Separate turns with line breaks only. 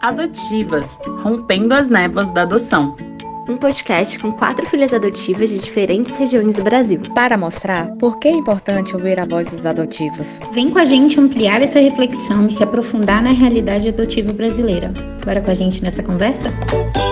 Adotivas, rompendo as névoas da adoção.
Um podcast com quatro filhas adotivas de diferentes regiões do Brasil.
Para mostrar por que é importante ouvir a voz das adotivas.
Vem com a gente ampliar essa reflexão e se aprofundar na realidade adotiva brasileira. Bora com a gente nessa conversa?